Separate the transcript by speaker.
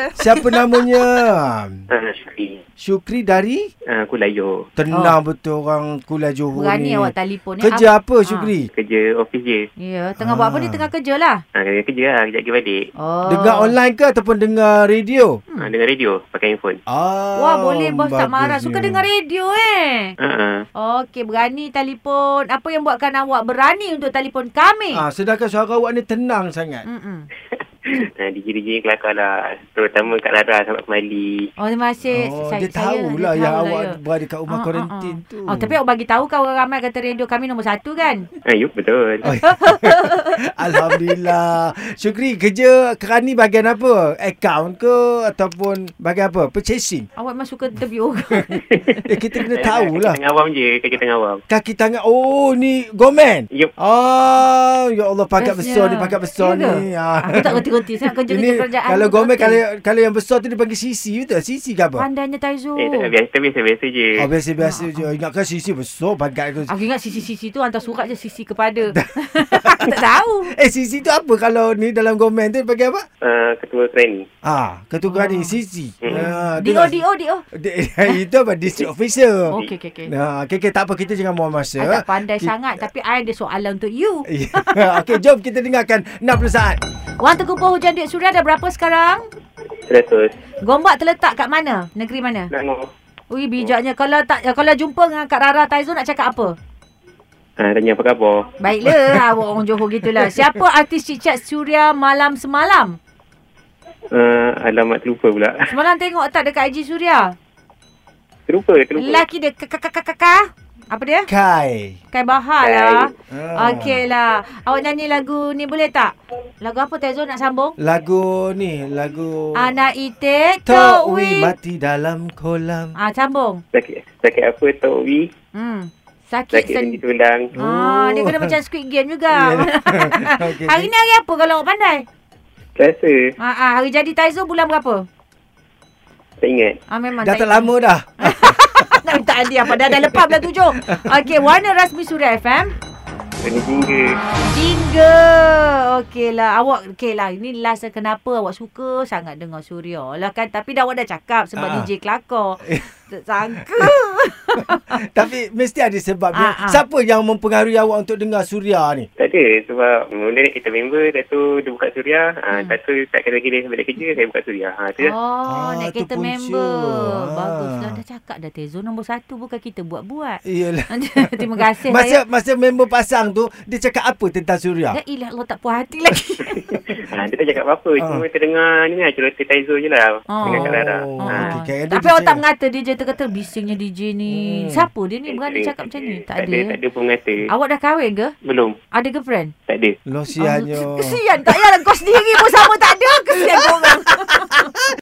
Speaker 1: Siapa namanya?
Speaker 2: Uh, Syukri.
Speaker 1: Syukri dari?
Speaker 2: Uh, Kulayo.
Speaker 1: Tenang oh. betul orang Kuala Johor ni.
Speaker 3: Berani awak telefon ni.
Speaker 1: Kerja
Speaker 3: Ap-
Speaker 1: apa
Speaker 3: Ah.
Speaker 1: Syukri?
Speaker 2: Kerja office je.
Speaker 3: Ya, tengah buat apa
Speaker 1: Ah.
Speaker 3: dia tengah kerja lah.
Speaker 2: Uh, kerja lah. Kejap lagi balik.
Speaker 3: Oh.
Speaker 1: Dengar online ke ataupun dengar radio?
Speaker 2: Uh, dengar radio. Pakai handphone.
Speaker 1: Ah,
Speaker 3: Wah, boleh bos tak
Speaker 1: bagusnya.
Speaker 3: marah. Suka dengar radio eh.
Speaker 2: Uh-uh.
Speaker 3: Okey, berani telefon. Apa yang buatkan awak berani untuk telefon kami?
Speaker 1: Ah, sedangkan suara awak ni tenang sangat.
Speaker 3: Mm-mm.
Speaker 2: Uh, DJ-DJ kelakar lah. Terutama Kak Lara sama Kemali.
Speaker 3: Oh, terima kasih.
Speaker 1: Oh,
Speaker 3: Saya-
Speaker 1: dia
Speaker 3: saya-
Speaker 1: tahulah
Speaker 3: dia
Speaker 1: yang
Speaker 3: tahulah,
Speaker 1: awak
Speaker 3: ya.
Speaker 1: berada kat rumah
Speaker 3: Ah, ah,
Speaker 1: kuarantin
Speaker 3: ah.
Speaker 1: tu.
Speaker 3: Oh, tapi awak bagi tahu kau orang ramai kata radio kami nombor satu kan?
Speaker 2: Uh, yup, betul.
Speaker 1: Oh, Alhamdulillah. Syukri, kerja kerani bahagian apa? Account ke ataupun bahagian apa? Purchasing.
Speaker 3: Awak memang suka interview orang.
Speaker 1: Eh, kita kena
Speaker 2: Saya
Speaker 1: tahulah.
Speaker 2: Kaki Ah, tengah awam je. Kaki tengah awam.
Speaker 1: Kaki tangan. Oh, ni gomen.
Speaker 2: Yup.
Speaker 1: Ah, ya Allah pakat besar ni, pakat besar
Speaker 3: Ya ke?
Speaker 1: ni. Ah.
Speaker 3: Aku tak reti-reti sangat kerja-kerja
Speaker 1: Ini
Speaker 3: kerajaan.
Speaker 1: kalau
Speaker 3: aku tak
Speaker 1: gomen
Speaker 3: reti.
Speaker 1: kalau kalau yang besar tu dia panggil sisi betul? Sisi ke apa?
Speaker 3: Pandainya Taizu.
Speaker 2: Eh, tak, biasa, biasa, biasa je.
Speaker 1: Oh, biasa-biasa je. Ingatkan sisi besar pakat tu.
Speaker 3: Ah. Aku ingat sisi-sisi tu hantar surat je sisi kepada. tak tahu.
Speaker 1: Eh, sisi tu apa kalau ni dalam gomen tu dia panggil apa?
Speaker 2: Uh, ketua kerani.
Speaker 1: Ah, ketua kerani sisi.
Speaker 2: Hmm.
Speaker 1: Ah, tu
Speaker 3: DO,
Speaker 1: lah.
Speaker 3: DO, DO.
Speaker 1: Di- Itu apa? District officer.
Speaker 3: Okey, okey, okey.
Speaker 1: Nah, okay, okay, tak Oh. apa kita jangan buang masa.
Speaker 3: I tak pandai
Speaker 1: Ki-
Speaker 3: sangat tapi I ada soalan untuk you.
Speaker 1: Ya, Okey, jom kita dengarkan 60 saat.
Speaker 3: Wang terkumpul hujan duit suria dah berapa sekarang?
Speaker 2: Seratus.
Speaker 3: Gombak terletak kat mana? Negeri mana?
Speaker 2: Nak ngomong.
Speaker 3: Ui bijaknya kalau tak kalau jumpa dengan Kak Rara Taizo nak cakap apa?
Speaker 2: Uh, tanya apa khabar?
Speaker 3: Baiklah awak orang Johor gitulah. Siapa artis cicat Suria malam semalam?
Speaker 2: Uh, alamat terlupa pula.
Speaker 3: Semalam tengok tak dekat IG Suria?
Speaker 2: Terlupa,
Speaker 1: Lah.
Speaker 2: terlupa.
Speaker 3: Lelaki dia kakak-kakak apa dia?
Speaker 1: Kai.
Speaker 3: Kai Bahar lah.
Speaker 1: Ah.
Speaker 3: Okey lah. Awak nyanyi lagu ni boleh tak? Lagu apa Taizo nak sambung?
Speaker 1: Lagu ni, lagu
Speaker 3: Anak ite
Speaker 1: Oh. Tok
Speaker 3: tok
Speaker 1: Wi
Speaker 3: wi.
Speaker 1: mati dalam kolam.
Speaker 3: Ah sambung.
Speaker 2: Sakit, sakit apa tau Wi?
Speaker 3: Hmm. Sakit
Speaker 2: Sakit
Speaker 3: sen...
Speaker 2: di tulang.
Speaker 3: Ah, dia kena macam Squid Game
Speaker 1: Oh.
Speaker 3: juga.
Speaker 1: Okey, okey.
Speaker 3: hari ni hari apa kalau awak pandai?
Speaker 2: Rasa.
Speaker 3: Ha ah, hari jadi Taizo bulan berapa?
Speaker 2: Tak ingat.
Speaker 3: Ah memang
Speaker 1: Dah tak lama dah.
Speaker 3: Nak minta hadiah apa dah dah lepas bulan tujuh. Okey, warna rasmi Suria FM.
Speaker 2: Kena jingga.
Speaker 3: Tiga. Okey lah. Awak okey lah. Ini last lah kenapa awak suka sangat dengar Suria lah kan. Tapi dah awak dah cakap sebab
Speaker 1: Ah.
Speaker 3: DJ kelakar. Tak sangka.
Speaker 1: Tapi mesti ada sebab dia.
Speaker 3: Ah, ah.
Speaker 1: Siapa yang mempengaruhi awak untuk dengar Suria ni?
Speaker 2: Tak ada sebab mula ni kita member dah tu dia buka suria. Ha, hmm. Lepas tu tak kena lagi dia balik kerja saya buka suria. Ha, tu oh.
Speaker 3: Oh,
Speaker 1: Ah,
Speaker 3: naik
Speaker 1: tu
Speaker 3: kereta
Speaker 1: punca.
Speaker 3: member.
Speaker 1: Ah.
Speaker 3: Bagus lah. Dah cakap dah Tezo nombor satu bukan kita buat-buat.
Speaker 1: Iyalah.
Speaker 3: Terima kasih.
Speaker 1: Masa masa member pasang tu dia cakap apa tentang Suria?
Speaker 3: Ya ilah Allah tak puas hati lagi.
Speaker 2: ha, dia tak cakap apa-apa.
Speaker 1: Ah.
Speaker 2: Cuma terdengar ni lah cerita Taizo je lah.
Speaker 3: Oh.
Speaker 2: Dengan Kak Lara.
Speaker 1: Oh,
Speaker 2: Ha.
Speaker 1: okey, okey. Ada
Speaker 3: Ah. Tapi
Speaker 1: DJ.
Speaker 3: orang tak mengata DJ tu kata bisingnya DJ ni.
Speaker 1: Hmm.
Speaker 3: Siapa dia ni?
Speaker 2: Tak
Speaker 3: Berani
Speaker 2: ada,
Speaker 3: cakap macam ni? Tak
Speaker 2: ada. Tak
Speaker 3: ada.
Speaker 2: ada pun kata.
Speaker 3: Awak dah kahwin ke?
Speaker 2: Belum.
Speaker 3: Ada girlfriend?
Speaker 2: Tak ada.
Speaker 1: Losiannya.
Speaker 3: Ah. lah Oh, Kesian. Tak payahlah kau sendiri pun sama tak ada. Kesian kau orang.